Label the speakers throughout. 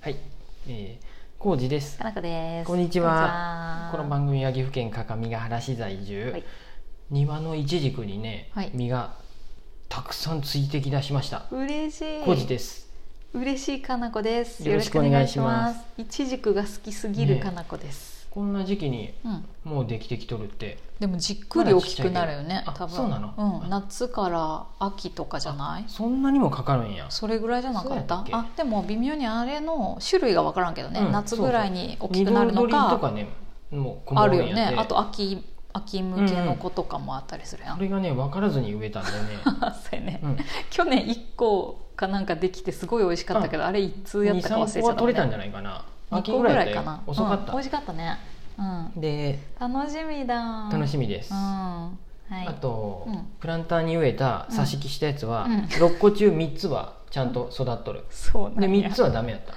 Speaker 1: はい、えー、康二です。
Speaker 2: かなこです。
Speaker 1: こんにちは。こ
Speaker 2: こ
Speaker 1: の
Speaker 2: んにちは。
Speaker 1: 番組は岐阜県各務原市在住、
Speaker 2: はい
Speaker 1: 庭のイチジクにね、
Speaker 2: はい
Speaker 1: 実がたくさんついてきだしました。
Speaker 2: 嬉し
Speaker 1: 康二
Speaker 2: い。
Speaker 1: です。
Speaker 2: 嬉しいかなこです。
Speaker 1: よろしくお願いします
Speaker 2: よろしくお願いします。いちじくが好きすぎる
Speaker 1: ね
Speaker 2: かなこです。
Speaker 1: こんな時期に
Speaker 2: うん。
Speaker 1: もうできてきとるって、
Speaker 2: でもじっくり大きくなるよね。
Speaker 1: まだちっちゃいけどあ
Speaker 2: 多分。
Speaker 1: そうなの
Speaker 2: うん。夏から秋とかじゃない？
Speaker 1: そんなにもかかるんや。
Speaker 2: それぐらいじゃなかった
Speaker 1: そうやったっけ
Speaker 2: あでも微妙にあれの種類が分からんけどね、
Speaker 1: うん
Speaker 2: 夏ぐらいに大きくなるの
Speaker 1: 緑と
Speaker 2: か
Speaker 1: かね、もう
Speaker 2: あ
Speaker 1: 困
Speaker 2: る
Speaker 1: るん
Speaker 2: よ
Speaker 1: やって
Speaker 2: ねあと秋秋向けの子とかもあったりするやん、
Speaker 1: それがね分からずに植えたんだよね。
Speaker 2: そうやね、
Speaker 1: うん
Speaker 2: 去年1個かなんかできてすごい美味しかった けどあれいつやったか忘れち
Speaker 1: 23個
Speaker 2: ゃった
Speaker 1: は
Speaker 2: もん
Speaker 1: 取
Speaker 2: ね
Speaker 1: れたんじゃないかな。
Speaker 2: 2
Speaker 1: 秋
Speaker 2: 個ぐらい
Speaker 1: だ
Speaker 2: か
Speaker 1: よ
Speaker 2: な
Speaker 1: 遅かっ
Speaker 2: うん、美
Speaker 1: た
Speaker 2: 味。しかったね、う
Speaker 1: で
Speaker 2: ん、楽しみだ
Speaker 1: 楽しみ
Speaker 2: み
Speaker 1: です。
Speaker 2: うんはい、
Speaker 1: あと、
Speaker 2: うん
Speaker 1: プランターに植えた挿し木したやつは、
Speaker 2: うんうん
Speaker 1: 6個中3つはちゃんと育っとる、
Speaker 2: そう
Speaker 1: で
Speaker 2: なんや
Speaker 1: 3つはダメやった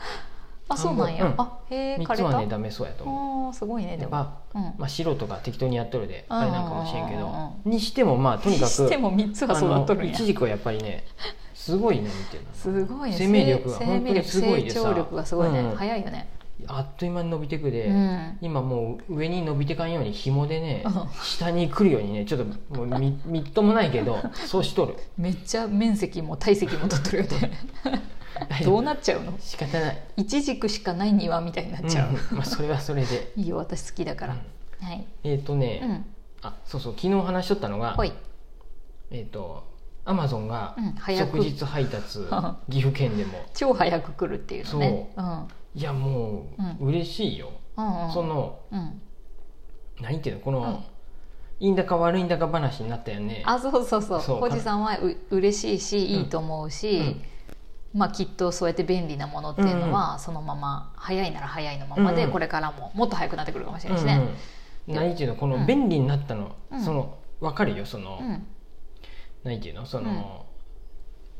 Speaker 2: あそうなんや、
Speaker 1: 半分
Speaker 2: あへえ
Speaker 1: 3
Speaker 2: 枯れ
Speaker 1: つ
Speaker 2: た
Speaker 1: はねダメそうやと思
Speaker 2: おーすごいね
Speaker 1: う
Speaker 2: で
Speaker 1: で
Speaker 2: も、
Speaker 1: まあ、
Speaker 2: うん
Speaker 1: まあ、白とか適当にやっとるであれなんかもしれんけ
Speaker 2: うんうんうん
Speaker 1: どにしてもまあとにか
Speaker 2: にして
Speaker 1: く
Speaker 2: も3つは
Speaker 1: あ
Speaker 2: 育っと
Speaker 1: の
Speaker 2: るん
Speaker 1: い
Speaker 2: や
Speaker 1: ちじくはやっぱりねすごいねっていうの
Speaker 2: すごいね
Speaker 1: 生命力が
Speaker 2: 生
Speaker 1: 本当にすごいで
Speaker 2: 生
Speaker 1: さ
Speaker 2: 命力成長力がすごいね、
Speaker 1: うん
Speaker 2: 早いよね、
Speaker 1: あっという間に伸びてくで、
Speaker 2: うん
Speaker 1: 今もう上に伸びてかんように紐でね、
Speaker 2: うん
Speaker 1: 下に来るようにねちょっともうみみっともないけどそうし とる
Speaker 2: めっちゃ面積も体積も取ってる よねどうなっちゃうの
Speaker 1: 仕方ない
Speaker 2: いちじくしかない庭みたいになっちゃう、
Speaker 1: うんまあ、それはそれで
Speaker 2: いいよ私好きだから、はい、
Speaker 1: えっ、とね、
Speaker 2: うん、
Speaker 1: あそうそう昨日話しとったのが
Speaker 2: ほい
Speaker 1: えっ、とアマゾンが
Speaker 2: うん早く
Speaker 1: 即日配達、 岐阜県でも
Speaker 2: 超早く来るっていうのねう、ん、
Speaker 1: いやもう嬉しいよ、
Speaker 2: うんうん
Speaker 1: その
Speaker 2: うん、
Speaker 1: 何ていうのこの、いいんだか悪いんだか話になったよね
Speaker 2: あそうそうそう
Speaker 1: そう
Speaker 2: おじさんはう嬉しいし
Speaker 1: うん
Speaker 2: いいと思うし、まあ、きっとそうやって便利なものっていうのは、そのまま早いなら早いのままで、
Speaker 1: うんうん
Speaker 2: これからももっと早くなってくるかもし
Speaker 1: う
Speaker 2: れ
Speaker 1: ん
Speaker 2: な
Speaker 1: う
Speaker 2: い
Speaker 1: ん
Speaker 2: しね、
Speaker 1: 何ていうのこ
Speaker 2: う
Speaker 1: の
Speaker 2: ん
Speaker 1: 便利になったの、
Speaker 2: うん
Speaker 1: その分かるよその、
Speaker 2: うん
Speaker 1: 何ていうのその、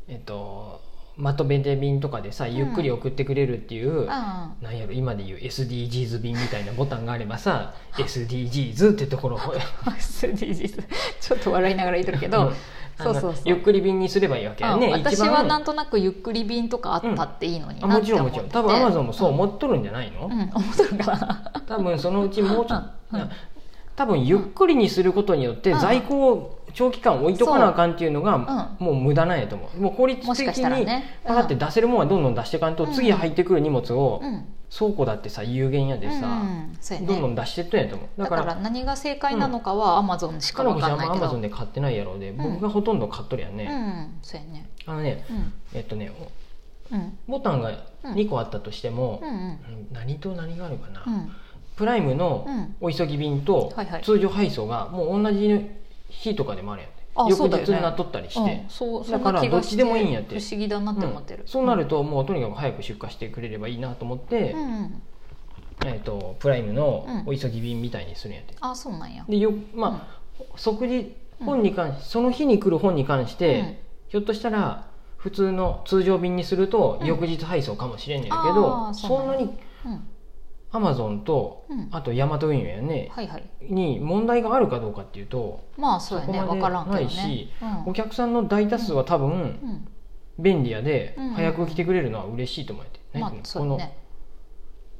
Speaker 1: えっ、とまとめて便とかでさゆっくり送ってくれるっていう、
Speaker 2: あ
Speaker 1: なんやろ今で言う SDGs 便みたいなボタンがあれば さ SDGs ってところを
Speaker 2: あ SDGs ちょっと笑いながら言ってるけ
Speaker 1: う
Speaker 2: ど
Speaker 1: ん
Speaker 2: そうそうそう
Speaker 1: あのゆっくり便にすればいいわけや
Speaker 2: あ
Speaker 1: ね
Speaker 2: 私はなん
Speaker 1: と
Speaker 2: となくゆっくり便とかあったっていいのに
Speaker 1: あ
Speaker 2: な
Speaker 1: も
Speaker 2: っ
Speaker 1: ち
Speaker 2: て
Speaker 1: ろん
Speaker 2: 思
Speaker 1: も
Speaker 2: っ
Speaker 1: ち
Speaker 2: て
Speaker 1: ろん多分アマゾンもそう
Speaker 2: 思
Speaker 1: 思っとるんじゃないの、
Speaker 2: うん、思ってるかな
Speaker 1: 多分そのうちもうちょっと、
Speaker 2: うんうん
Speaker 1: 多分ゆっくりにすることによって
Speaker 2: うん
Speaker 1: 在庫を長期間置いとかなあかんっていうのが
Speaker 2: う
Speaker 1: もう無駄なんやと思うもう効率
Speaker 2: もしか
Speaker 1: 的
Speaker 2: したら
Speaker 1: に
Speaker 2: ね
Speaker 1: パカって出せるもんはどんどん出していかんと、
Speaker 2: うん
Speaker 1: 次入ってくる荷物を
Speaker 2: うん
Speaker 1: 倉庫だってさ有限 やでさ、
Speaker 2: うんそうやね
Speaker 1: どんどん出してったんやと思う
Speaker 2: だ
Speaker 1: だ
Speaker 2: か
Speaker 1: からら
Speaker 2: 何が正解なのかはアマゾンしか
Speaker 1: かの
Speaker 2: 分
Speaker 1: こち
Speaker 2: か
Speaker 1: ゃ
Speaker 2: ん
Speaker 1: ん
Speaker 2: ない
Speaker 1: もア
Speaker 2: け
Speaker 1: マ
Speaker 2: ど
Speaker 1: ゾンで買ってないやろうで、僕がほとんど買っとるやん
Speaker 2: う
Speaker 1: ね、
Speaker 2: んそうやね
Speaker 1: あのね
Speaker 2: うん
Speaker 1: えっとね
Speaker 2: うん
Speaker 1: ボタンが2個あったとしても
Speaker 2: う、んうん
Speaker 1: うん何と何があるかな、
Speaker 2: うん
Speaker 1: プライムの
Speaker 2: うん
Speaker 1: お急ぎ便と
Speaker 2: はいはい
Speaker 1: 通常配送がもう同じ日とかでもあるやん、
Speaker 2: あそ
Speaker 1: 翌
Speaker 2: うだよ
Speaker 1: 日
Speaker 2: ね
Speaker 1: になっとったりして、
Speaker 2: うんそうそんな
Speaker 1: だから
Speaker 2: 気
Speaker 1: ど
Speaker 2: が
Speaker 1: っ
Speaker 2: し
Speaker 1: ちでもいいんやって
Speaker 2: 不思議だなって思って
Speaker 1: う
Speaker 2: る
Speaker 1: んそうなるともうとにかく早く出荷してくれればいいなと思って、
Speaker 2: うんうん
Speaker 1: えっとプライムの
Speaker 2: う
Speaker 1: お
Speaker 2: ん
Speaker 1: 急ぎ便みたいにするんやって、
Speaker 2: あそうなんや
Speaker 1: でよまあ、即日本に関し、その日に来る本に関して、
Speaker 2: うん
Speaker 1: ひょっとしたら普通の通常便にすると
Speaker 2: うん
Speaker 1: 翌日配送かもしれんねんけど、
Speaker 2: あー
Speaker 1: そ
Speaker 2: そ
Speaker 1: ん
Speaker 2: う
Speaker 1: な
Speaker 2: なんや
Speaker 1: に
Speaker 2: うん
Speaker 1: アマゾンと
Speaker 2: うん
Speaker 1: あとヤマト運輸やね、
Speaker 2: はいはい
Speaker 1: に問題があるかどうかっていうと
Speaker 2: まあそうやね
Speaker 1: そこまで
Speaker 2: 分からんけど
Speaker 1: ないし
Speaker 2: ねうん
Speaker 1: お客さんの大多数は多分
Speaker 2: うん
Speaker 1: 便利やで
Speaker 2: うん
Speaker 1: 早く来てくれるのは嬉しいと思って、
Speaker 2: ま
Speaker 1: な
Speaker 2: あ
Speaker 1: んていうの
Speaker 2: そうや
Speaker 1: こ
Speaker 2: ね
Speaker 1: の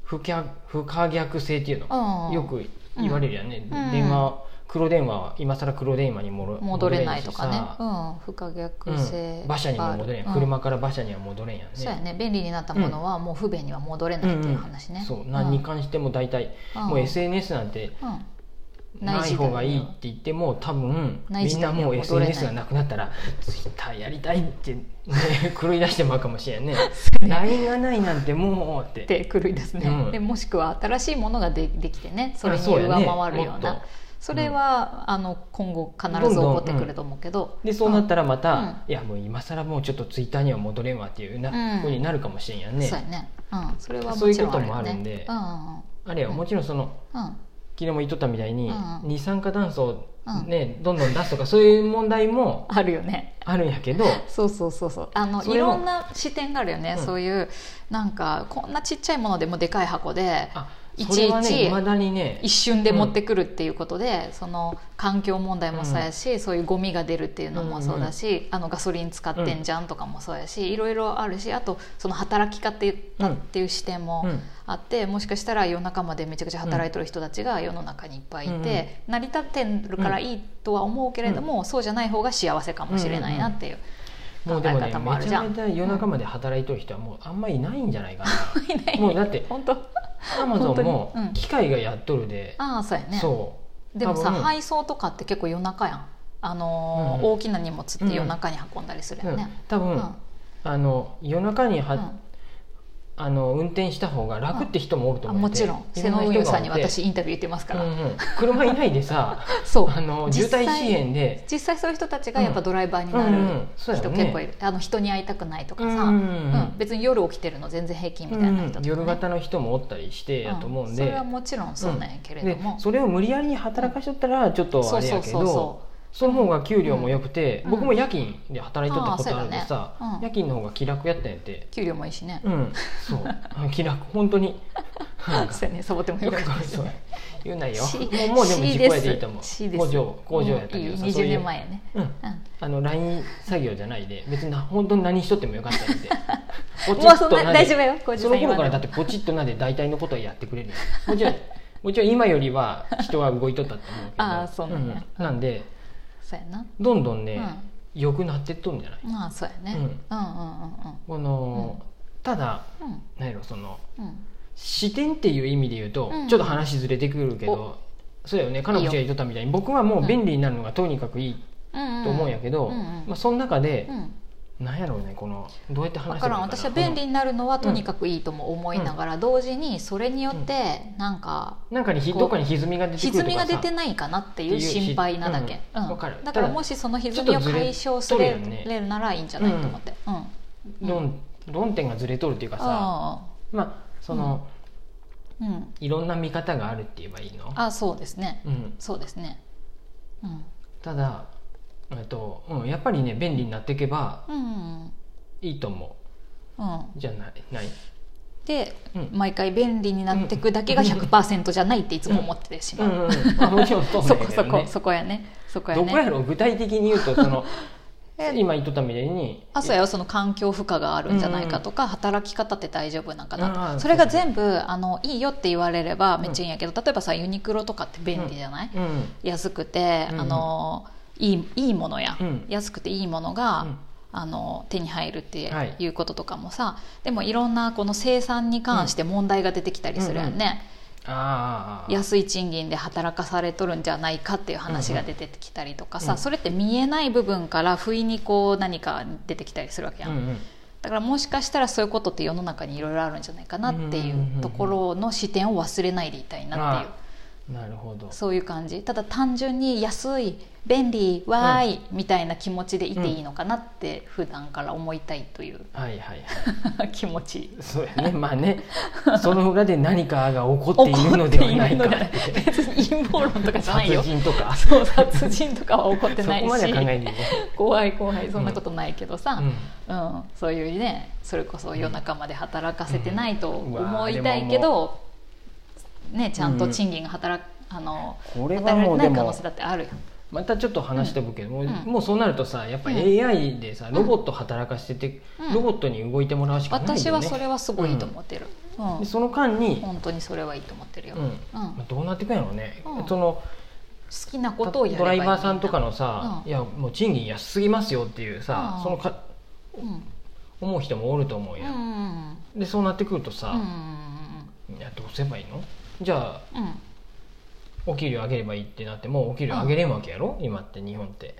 Speaker 1: 不可不可逆性っていうの、
Speaker 2: うん
Speaker 1: よく言われるやんね、
Speaker 2: うん
Speaker 1: 電話黒電話は今更黒電話に戻れ
Speaker 2: 戻れないとかね
Speaker 1: 戻
Speaker 2: うん不可
Speaker 1: れん
Speaker 2: 逆
Speaker 1: しさ
Speaker 2: 性
Speaker 1: うん馬車にも戻れんやん、
Speaker 2: うん
Speaker 1: 車から馬車には戻れんやんね
Speaker 2: そうやね便利になったものはもう不便には戻れないっていう話
Speaker 1: う
Speaker 2: ね、
Speaker 1: んうんそう何に関しても大体、
Speaker 2: うん
Speaker 1: もう SNS なんて
Speaker 2: うんない
Speaker 1: ない
Speaker 2: 時代
Speaker 1: 方がいいって言っても多分
Speaker 2: ない
Speaker 1: みん
Speaker 2: 時
Speaker 1: な
Speaker 2: 代には
Speaker 1: もう
Speaker 2: 戻れない
Speaker 1: SNS がなくなったらツイッターやりたいって、 ね、狂い出してまうかもしれんね LINE がないなんてもうって
Speaker 2: って狂いですね、
Speaker 1: うん
Speaker 2: でもしくは新しいものがでできてねそれ
Speaker 1: あ
Speaker 2: に
Speaker 1: そう
Speaker 2: 上
Speaker 1: やね
Speaker 2: 回るようなそ
Speaker 1: もっと
Speaker 2: れは、あの今後必ず起こってくると思うけど
Speaker 1: でそうなったらまた、
Speaker 2: う
Speaker 1: いやもう今更もうちょっとツイッターには戻れんわっていうな、
Speaker 2: うん
Speaker 1: ふうになるかもしれんやんね
Speaker 2: そうやね、うん、それは
Speaker 1: そう
Speaker 2: も
Speaker 1: いう
Speaker 2: ちろん
Speaker 1: こと
Speaker 2: ある
Speaker 1: も
Speaker 2: よ
Speaker 1: あるん
Speaker 2: ね
Speaker 1: で
Speaker 2: うん
Speaker 1: あれよもちろんその
Speaker 2: うんうん
Speaker 1: 昨日も言っとったみたいに、
Speaker 2: うんうん
Speaker 1: 二酸化炭素をね、どんどん出すとかそういう問題も
Speaker 2: あるよね
Speaker 1: あるんやけど
Speaker 2: そうそうそうそうあの
Speaker 1: そ
Speaker 2: い
Speaker 1: れも
Speaker 2: ろんな視点があるよね、
Speaker 1: うん
Speaker 2: そういうなんかこんなちっちゃいものでもでかい箱で
Speaker 1: あ
Speaker 2: い
Speaker 1: そ
Speaker 2: ち
Speaker 1: れ
Speaker 2: い
Speaker 1: はね
Speaker 2: ち
Speaker 1: いまだにね
Speaker 2: 一瞬で持ってくるっていうことで、その環境問題もそうやし、そういうゴミが出るっていうのもそうだし、あのガソリン使ってんじゃんとかもそうやし、いろいろあるしあとその働き方っていう視点も
Speaker 1: うん
Speaker 2: あって、もしかしたら夜中までめちゃくちゃ働いてる人たちが世の中にいっぱいいて、成り立ってるからいいとは思うけれども、そうじゃない方が幸せかもしれないなっていう
Speaker 1: も
Speaker 2: 考
Speaker 1: うで
Speaker 2: え
Speaker 1: もねめ
Speaker 2: 方もある
Speaker 1: ち
Speaker 2: じ
Speaker 1: ゃ
Speaker 2: ゃん。
Speaker 1: めちゃ夜中まで働いてる人はもうあんまりいないんじゃないか
Speaker 2: いな
Speaker 1: な、
Speaker 2: い
Speaker 1: もうだって
Speaker 2: 本当
Speaker 1: アマゾンも
Speaker 2: 本当にうん
Speaker 1: 機械がやっとるで、
Speaker 2: ああそうやね
Speaker 1: そ
Speaker 2: でも
Speaker 1: 多
Speaker 2: さ
Speaker 1: 分
Speaker 2: 配送とかって結構夜中やん、あのー
Speaker 1: うん
Speaker 2: 大きな荷物って夜中に運んだりする
Speaker 1: う、
Speaker 2: よ
Speaker 1: うん
Speaker 2: ね、
Speaker 1: 多
Speaker 2: う
Speaker 1: 分、
Speaker 2: ん
Speaker 1: あの夜中には、
Speaker 2: うん
Speaker 1: あの運転した方が楽って人もおると
Speaker 2: あ
Speaker 1: 思う
Speaker 2: も
Speaker 1: んで
Speaker 2: ちろん
Speaker 1: い
Speaker 2: 瀬
Speaker 1: な
Speaker 2: 野
Speaker 1: 人
Speaker 2: 運
Speaker 1: がお
Speaker 2: 輸
Speaker 1: って
Speaker 2: さんに私インタビュー言ってますから、
Speaker 1: うんうん車いないでさ
Speaker 2: そう
Speaker 1: あの渋
Speaker 2: 実際
Speaker 1: 滞支援で
Speaker 2: 実際そういう人たちがやっぱドライバーにな
Speaker 1: うんう
Speaker 2: る
Speaker 1: んそうや
Speaker 2: 人
Speaker 1: ろね
Speaker 2: 結構いる、あの人に会いたくないとかさ、
Speaker 1: うんうん
Speaker 2: うん別に夜起きてるの全然平気みたいな人とか、ね
Speaker 1: 夜型の人もおったりしてやと思うん
Speaker 2: それ
Speaker 1: で
Speaker 2: は,、もちろんそうなんやけれども、
Speaker 1: でそれを無理やりに働かしとったらちょっと
Speaker 2: そ
Speaker 1: あ
Speaker 2: う
Speaker 1: れ
Speaker 2: そ
Speaker 1: や
Speaker 2: う
Speaker 1: け
Speaker 2: そう
Speaker 1: ど
Speaker 2: そう
Speaker 1: その方が給料も良くて、
Speaker 2: うん
Speaker 1: 僕も夜勤で働いとったことあるんで
Speaker 2: あ
Speaker 1: さ、
Speaker 2: あそうやねうん
Speaker 1: 夜勤の方が気楽やったんやって
Speaker 2: 給料もいいしね、
Speaker 1: うんそう気楽本当に なんか
Speaker 2: そうやねサボっても
Speaker 1: い
Speaker 2: よ
Speaker 1: や
Speaker 2: かったです
Speaker 1: そう言うなよ
Speaker 2: C
Speaker 1: もうもうでも
Speaker 2: C
Speaker 1: 自己
Speaker 2: です
Speaker 1: やでいいと思う
Speaker 2: C です
Speaker 1: 工場工場やったけどさ
Speaker 2: いい
Speaker 1: そう
Speaker 2: 20
Speaker 1: いう
Speaker 2: 年前やね、
Speaker 1: うん
Speaker 2: うん
Speaker 1: あの LINE 作業じゃないで別にな本当に何しとってもよかった んでも
Speaker 2: もうそんな大丈夫よ工場さん
Speaker 1: その頃から
Speaker 2: 今の
Speaker 1: だってポチッとなで大体のことはやってくれるよもちろんもちろん今よりは人は動いとったと思うけど
Speaker 2: ああそうなんや
Speaker 1: うんなんで
Speaker 2: そうやな
Speaker 1: どんどんね
Speaker 2: うん
Speaker 1: 良、くなってっとんじゃない
Speaker 2: まあそうやね、
Speaker 1: う
Speaker 2: うんん、うんうん
Speaker 1: この、ただ
Speaker 2: うんうん
Speaker 1: 何やろその
Speaker 2: うん
Speaker 1: 視点っていう意味で言うと、
Speaker 2: うん
Speaker 1: ちょっと話ずれてくるけどそうだよね彼女が言っとったみたいに僕はもう便利になるのがとにかくいい
Speaker 2: うん
Speaker 1: と思うんやけど、
Speaker 2: うんうん
Speaker 1: まあ、その中で
Speaker 2: う、ん、
Speaker 1: なんやろうねこのどうやって話せば
Speaker 2: だか
Speaker 1: いい
Speaker 2: ら
Speaker 1: の
Speaker 2: ん
Speaker 1: な
Speaker 2: 私は便利になるのはとにかくいいとも思いながら、同時にそれによってなんか
Speaker 1: なんかにひ
Speaker 2: こう
Speaker 1: どっかに歪みが出てくる
Speaker 2: 歪
Speaker 1: と
Speaker 2: み
Speaker 1: か
Speaker 2: が
Speaker 1: さ
Speaker 2: 出てないかなっていう心配なだけ、
Speaker 1: うん
Speaker 2: うん
Speaker 1: わかる
Speaker 2: だから
Speaker 1: ただ
Speaker 2: もしその歪みを解消すれ
Speaker 1: ちょっとずれとる
Speaker 2: れるならいいんじゃないと思って、うんうん
Speaker 1: 論論点がずれとるっていうかさ、
Speaker 2: あ
Speaker 1: まあその、
Speaker 2: あうん
Speaker 1: いろんな見方があるって言えばいいの、
Speaker 2: あそうですね
Speaker 1: うん、
Speaker 2: そうですね、うん
Speaker 1: ただ、えっとうん、やっぱりね便利になっていけば
Speaker 2: うん
Speaker 1: いいと思
Speaker 2: うん、
Speaker 1: うじゃないない、
Speaker 2: で、
Speaker 1: うん
Speaker 2: 毎回便利になっていくだけが
Speaker 1: うん
Speaker 2: 100%じゃないっていつも思っててしまう、
Speaker 1: うんうんうんまあもちろんそうな
Speaker 2: そ
Speaker 1: んや
Speaker 2: こ
Speaker 1: け
Speaker 2: そ
Speaker 1: ど
Speaker 2: こ
Speaker 1: ね
Speaker 2: そこやねそこや
Speaker 1: どこや
Speaker 2: ね
Speaker 1: ろう具体的に言うとその
Speaker 2: え
Speaker 1: 今言っとったみたいに
Speaker 2: あそうやその環境負荷があるんじゃないかとか、働き方って大丈夫なんかなと
Speaker 1: ああ
Speaker 2: それが全部あのいいよって言われればめっちゃいいんやけど、例えばさユニクロとかって便利じゃない、
Speaker 1: うん
Speaker 2: 安くて、
Speaker 1: うん
Speaker 2: あのいいいいものや、
Speaker 1: うん
Speaker 2: 安くていいものが、
Speaker 1: うん
Speaker 2: あの手に入るって
Speaker 1: はい
Speaker 2: いうこととかもさ、でもいろんなこの生産に関して問題が出てきたりするよね、
Speaker 1: うんうんああ
Speaker 2: 安い賃金で働かされとるんじゃないかっていう話が出てきたりとかさ、
Speaker 1: うん
Speaker 2: それって見えない部分から不意にこう何か出てきたりするわけやん、
Speaker 1: うんうん
Speaker 2: だからもしかしたらそういうことって世の中にいろいろあるんじゃないかなってい
Speaker 1: んうんうんう
Speaker 2: うんところの視点を忘れないでいたいなっていう
Speaker 1: ああなるほど
Speaker 2: そういう感じただ単純に安い便利わーい、みたいな気持ちでいていいのかなって普段から思いたいという、
Speaker 1: はいはいはい
Speaker 2: 気持ち
Speaker 1: そうやね まあねその裏で何かが起こっているのではないか
Speaker 2: 怒っているのではない別に陰謀論とかじゃない
Speaker 1: 殺
Speaker 2: よ
Speaker 1: 人とか
Speaker 2: そう殺人とかは起こって
Speaker 1: そ
Speaker 2: ないし
Speaker 1: こまでは考えないで、
Speaker 2: 怖い怖いそんなことないけどさ、
Speaker 1: うん
Speaker 2: うんそういうねそれこそ夜中まで働かせてないと
Speaker 1: うんうわ
Speaker 2: 思
Speaker 1: ー
Speaker 2: いたいけど、ね、ちゃんと賃金が働くあの
Speaker 1: これは
Speaker 2: 働
Speaker 1: も
Speaker 2: いうてな
Speaker 1: で
Speaker 2: い可能
Speaker 1: も
Speaker 2: 性だってあるやん
Speaker 1: またちょっと話飛ぶけど、もう
Speaker 2: うん
Speaker 1: もうそうなるとさやっぱ
Speaker 2: うん
Speaker 1: AI でさ、ロボット働かせて、
Speaker 2: うん
Speaker 1: ロボットに動いてもらうしかないよね
Speaker 2: 私はそれはすごいいいと思ってる、うん
Speaker 1: でその間に、
Speaker 2: 本当にそれはいいと思ってるよ、
Speaker 1: うんまあ
Speaker 2: 好
Speaker 1: どうなっていくんやろうね、
Speaker 2: うん
Speaker 1: その
Speaker 2: きなことをやれ
Speaker 1: ド
Speaker 2: ば
Speaker 1: ラ
Speaker 2: いい
Speaker 1: イバーさんとか
Speaker 2: の、
Speaker 1: のさ、
Speaker 2: うん
Speaker 1: いやもう賃金安すぎますよっていうさ、
Speaker 2: うん
Speaker 1: そのか
Speaker 2: うんうん
Speaker 1: 思う人もおると思う
Speaker 2: う
Speaker 1: や、
Speaker 2: ん
Speaker 1: ん、でそうなってくると
Speaker 2: うん
Speaker 1: さ、いやどうすればいいのじゃあ
Speaker 2: うん
Speaker 1: お給料上げればいいってなってもうお給料上げれんわけやろ、今って日本って、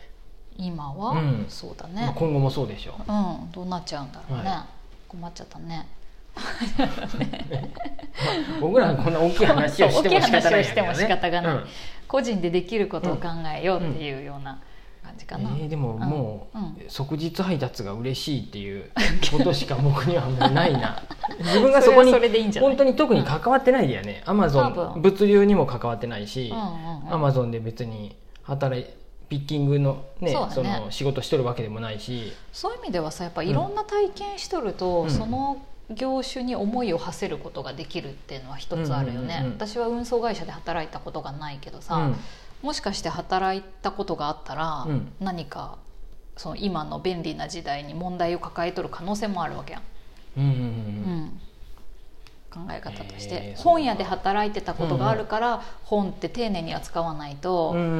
Speaker 2: 今は、
Speaker 1: うん
Speaker 2: そうだ
Speaker 1: まあ
Speaker 2: ね、
Speaker 1: 今後もそうでしょ
Speaker 2: うんどうなっちゃうんだろうね、
Speaker 1: は
Speaker 2: 困っちゃったね
Speaker 1: 僕らはこんな大きい話をしても仕方ないんやけど、ね、
Speaker 2: そう大きい話をしても仕方がない
Speaker 1: うん
Speaker 2: 個人でできることを考えようっていうような感じかな、
Speaker 1: えーでももう、
Speaker 2: うん
Speaker 1: 即日配達が嬉しいっていうことしか僕にはもうない な自分がそこに
Speaker 2: それはそれでいいんじゃない
Speaker 1: 本当に特に関わってないだよね、アマゾ
Speaker 2: 多
Speaker 1: ン
Speaker 2: 分
Speaker 1: 物流にも関わってないし、
Speaker 2: うんうんうん
Speaker 1: アマゾンで別に働いピッキングのね
Speaker 2: そう
Speaker 1: そ
Speaker 2: だね
Speaker 1: の仕事しとるわけでもないし
Speaker 2: そういう意味ではさやっぱいろんな体験しとると、
Speaker 1: うん
Speaker 2: その業種に思いを馳せることができるっていうのは一つあるよね、
Speaker 1: うんうんうんうん
Speaker 2: 私は運送会社で働いたことがないけどさ、
Speaker 1: うん
Speaker 2: もしかして働いたことがあったら、
Speaker 1: うん
Speaker 2: 何かその今の便利な時代に問題を抱えとる可能性もあるわけやん、
Speaker 1: うんうん
Speaker 2: う
Speaker 1: うん
Speaker 2: ん、考え方として、
Speaker 1: えー
Speaker 2: 本屋で働いてたことがあるから、本って丁寧に扱わないと、
Speaker 1: うんうんう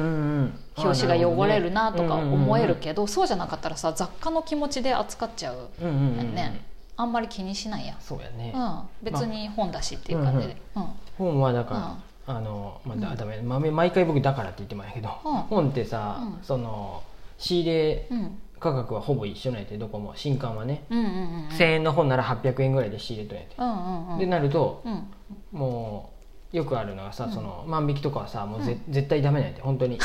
Speaker 1: ん
Speaker 2: 表紙が汚れるなとか思え
Speaker 1: ど
Speaker 2: るけど、そうじゃなかったらさ雑貨の気持ちで扱っちゃう
Speaker 1: うんうんうん
Speaker 2: や
Speaker 1: うんん
Speaker 2: ね、あんまり気にしないやん、
Speaker 1: そうやね
Speaker 2: うん、別に本だしっていう感じで、うん
Speaker 1: 本はだからあのまあだダメ豆毎回僕だからって言ってまんやけど
Speaker 2: うん
Speaker 1: 本ってさ
Speaker 2: うん
Speaker 1: その仕入れ
Speaker 2: うん
Speaker 1: 価格はほぼ一緒なんやてどこも新刊はね
Speaker 2: うんうんうんうん
Speaker 1: 1000円の本なら800円ぐらいで仕入れとんやて
Speaker 2: うんうんうん
Speaker 1: でなると
Speaker 2: うん
Speaker 1: もうよくあるのがさ、
Speaker 2: うん
Speaker 1: その万引きとかはさもうぜ、
Speaker 2: うん
Speaker 1: 絶対ダメなんやって本当 に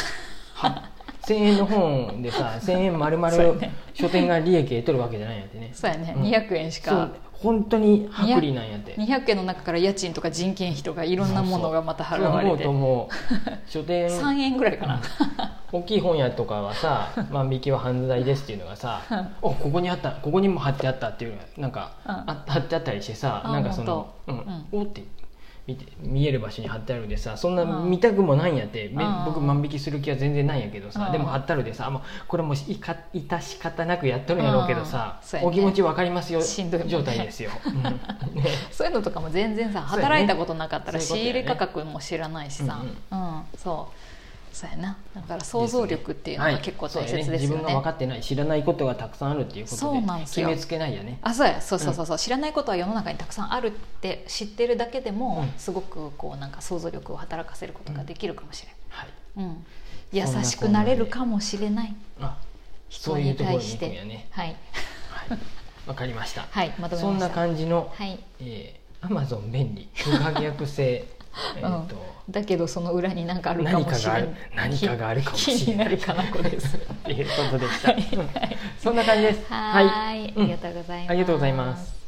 Speaker 1: は1000円の本でさ1000円丸
Speaker 2: そうや
Speaker 1: 々
Speaker 2: ね
Speaker 1: 書店が利益得とるわけじゃないんやってね
Speaker 2: そうやね、
Speaker 1: うん
Speaker 2: 200円し
Speaker 1: そう
Speaker 2: か
Speaker 1: 本当に薄利なんやって
Speaker 2: 200円の中から家賃とか人件費とかいろんなものがまた
Speaker 1: そ
Speaker 2: 払
Speaker 1: う
Speaker 2: わ
Speaker 1: 思
Speaker 2: れ
Speaker 1: う
Speaker 2: て
Speaker 1: とも う書店
Speaker 2: 3円ぐらいかな、
Speaker 1: 大きい本屋とかは さ万引きは犯罪ですっていうのがさおここにあったここにも貼ってあったっていうのがなんか、
Speaker 2: うん
Speaker 1: あ貼ってあったりしてさ
Speaker 2: あ
Speaker 1: なんかその、う
Speaker 2: 本当
Speaker 1: んおって見て見える場所に貼ってあるでさそんな見たくもないんやって、め
Speaker 2: うん
Speaker 1: 僕万引きする気は全然ないんやけどさ、
Speaker 2: うん
Speaker 1: でも貼ってあるでさもうこれもういか致し方なくやっとるんやろうけどさ
Speaker 2: うん、そうやね
Speaker 1: お気持ちわかりますよ
Speaker 2: しんどいもんね
Speaker 1: 状態 ですよ。うんね
Speaker 2: そういうのとかも全然さ
Speaker 1: そうやね
Speaker 2: 働いたことなかったら仕
Speaker 1: そういうこと
Speaker 2: 入
Speaker 1: やね
Speaker 2: れ価格も知らないしさうん、そうそうやなだから想像力っていうの
Speaker 1: は
Speaker 2: が
Speaker 1: い
Speaker 2: 結構
Speaker 1: そう
Speaker 2: 大
Speaker 1: や
Speaker 2: 切です
Speaker 1: 自
Speaker 2: よ
Speaker 1: 分
Speaker 2: ね,、
Speaker 1: が分かってない知らないことがたくさんあるっていうことで
Speaker 2: そうなんですよ
Speaker 1: 決めつけないよね。
Speaker 2: あそうやそうそうそうそう、知らないことは世の中にたくさんあるって知ってるだけでも、
Speaker 1: うん
Speaker 2: すごくこうなんか想像力を働かせることができるかもしれな
Speaker 1: は
Speaker 2: い
Speaker 1: い
Speaker 2: うん、優
Speaker 1: そんな
Speaker 2: しくなれるかもしれない
Speaker 1: あ
Speaker 2: 人
Speaker 1: そういう
Speaker 2: に
Speaker 1: ところ
Speaker 2: 対
Speaker 1: に
Speaker 2: し
Speaker 1: 行くん
Speaker 2: て
Speaker 1: やね。
Speaker 2: はい、
Speaker 1: はい、わかりました。
Speaker 2: はい、まとめました
Speaker 1: そんな感じの、
Speaker 2: はい、
Speaker 1: えー、Amazon 便利不可逆 性えーと、
Speaker 2: だけどその裏に何かあるか
Speaker 1: 何
Speaker 2: も
Speaker 1: か
Speaker 2: しれ
Speaker 1: があ
Speaker 2: な
Speaker 1: る
Speaker 2: い
Speaker 1: 何かがあるかも
Speaker 2: 気
Speaker 1: しれ
Speaker 2: にな
Speaker 1: ない
Speaker 2: るかな 子です
Speaker 1: っていうことでした。そんな感じです。
Speaker 2: はーい、
Speaker 1: うん
Speaker 2: ありがとうございます、
Speaker 1: ありがとうございます。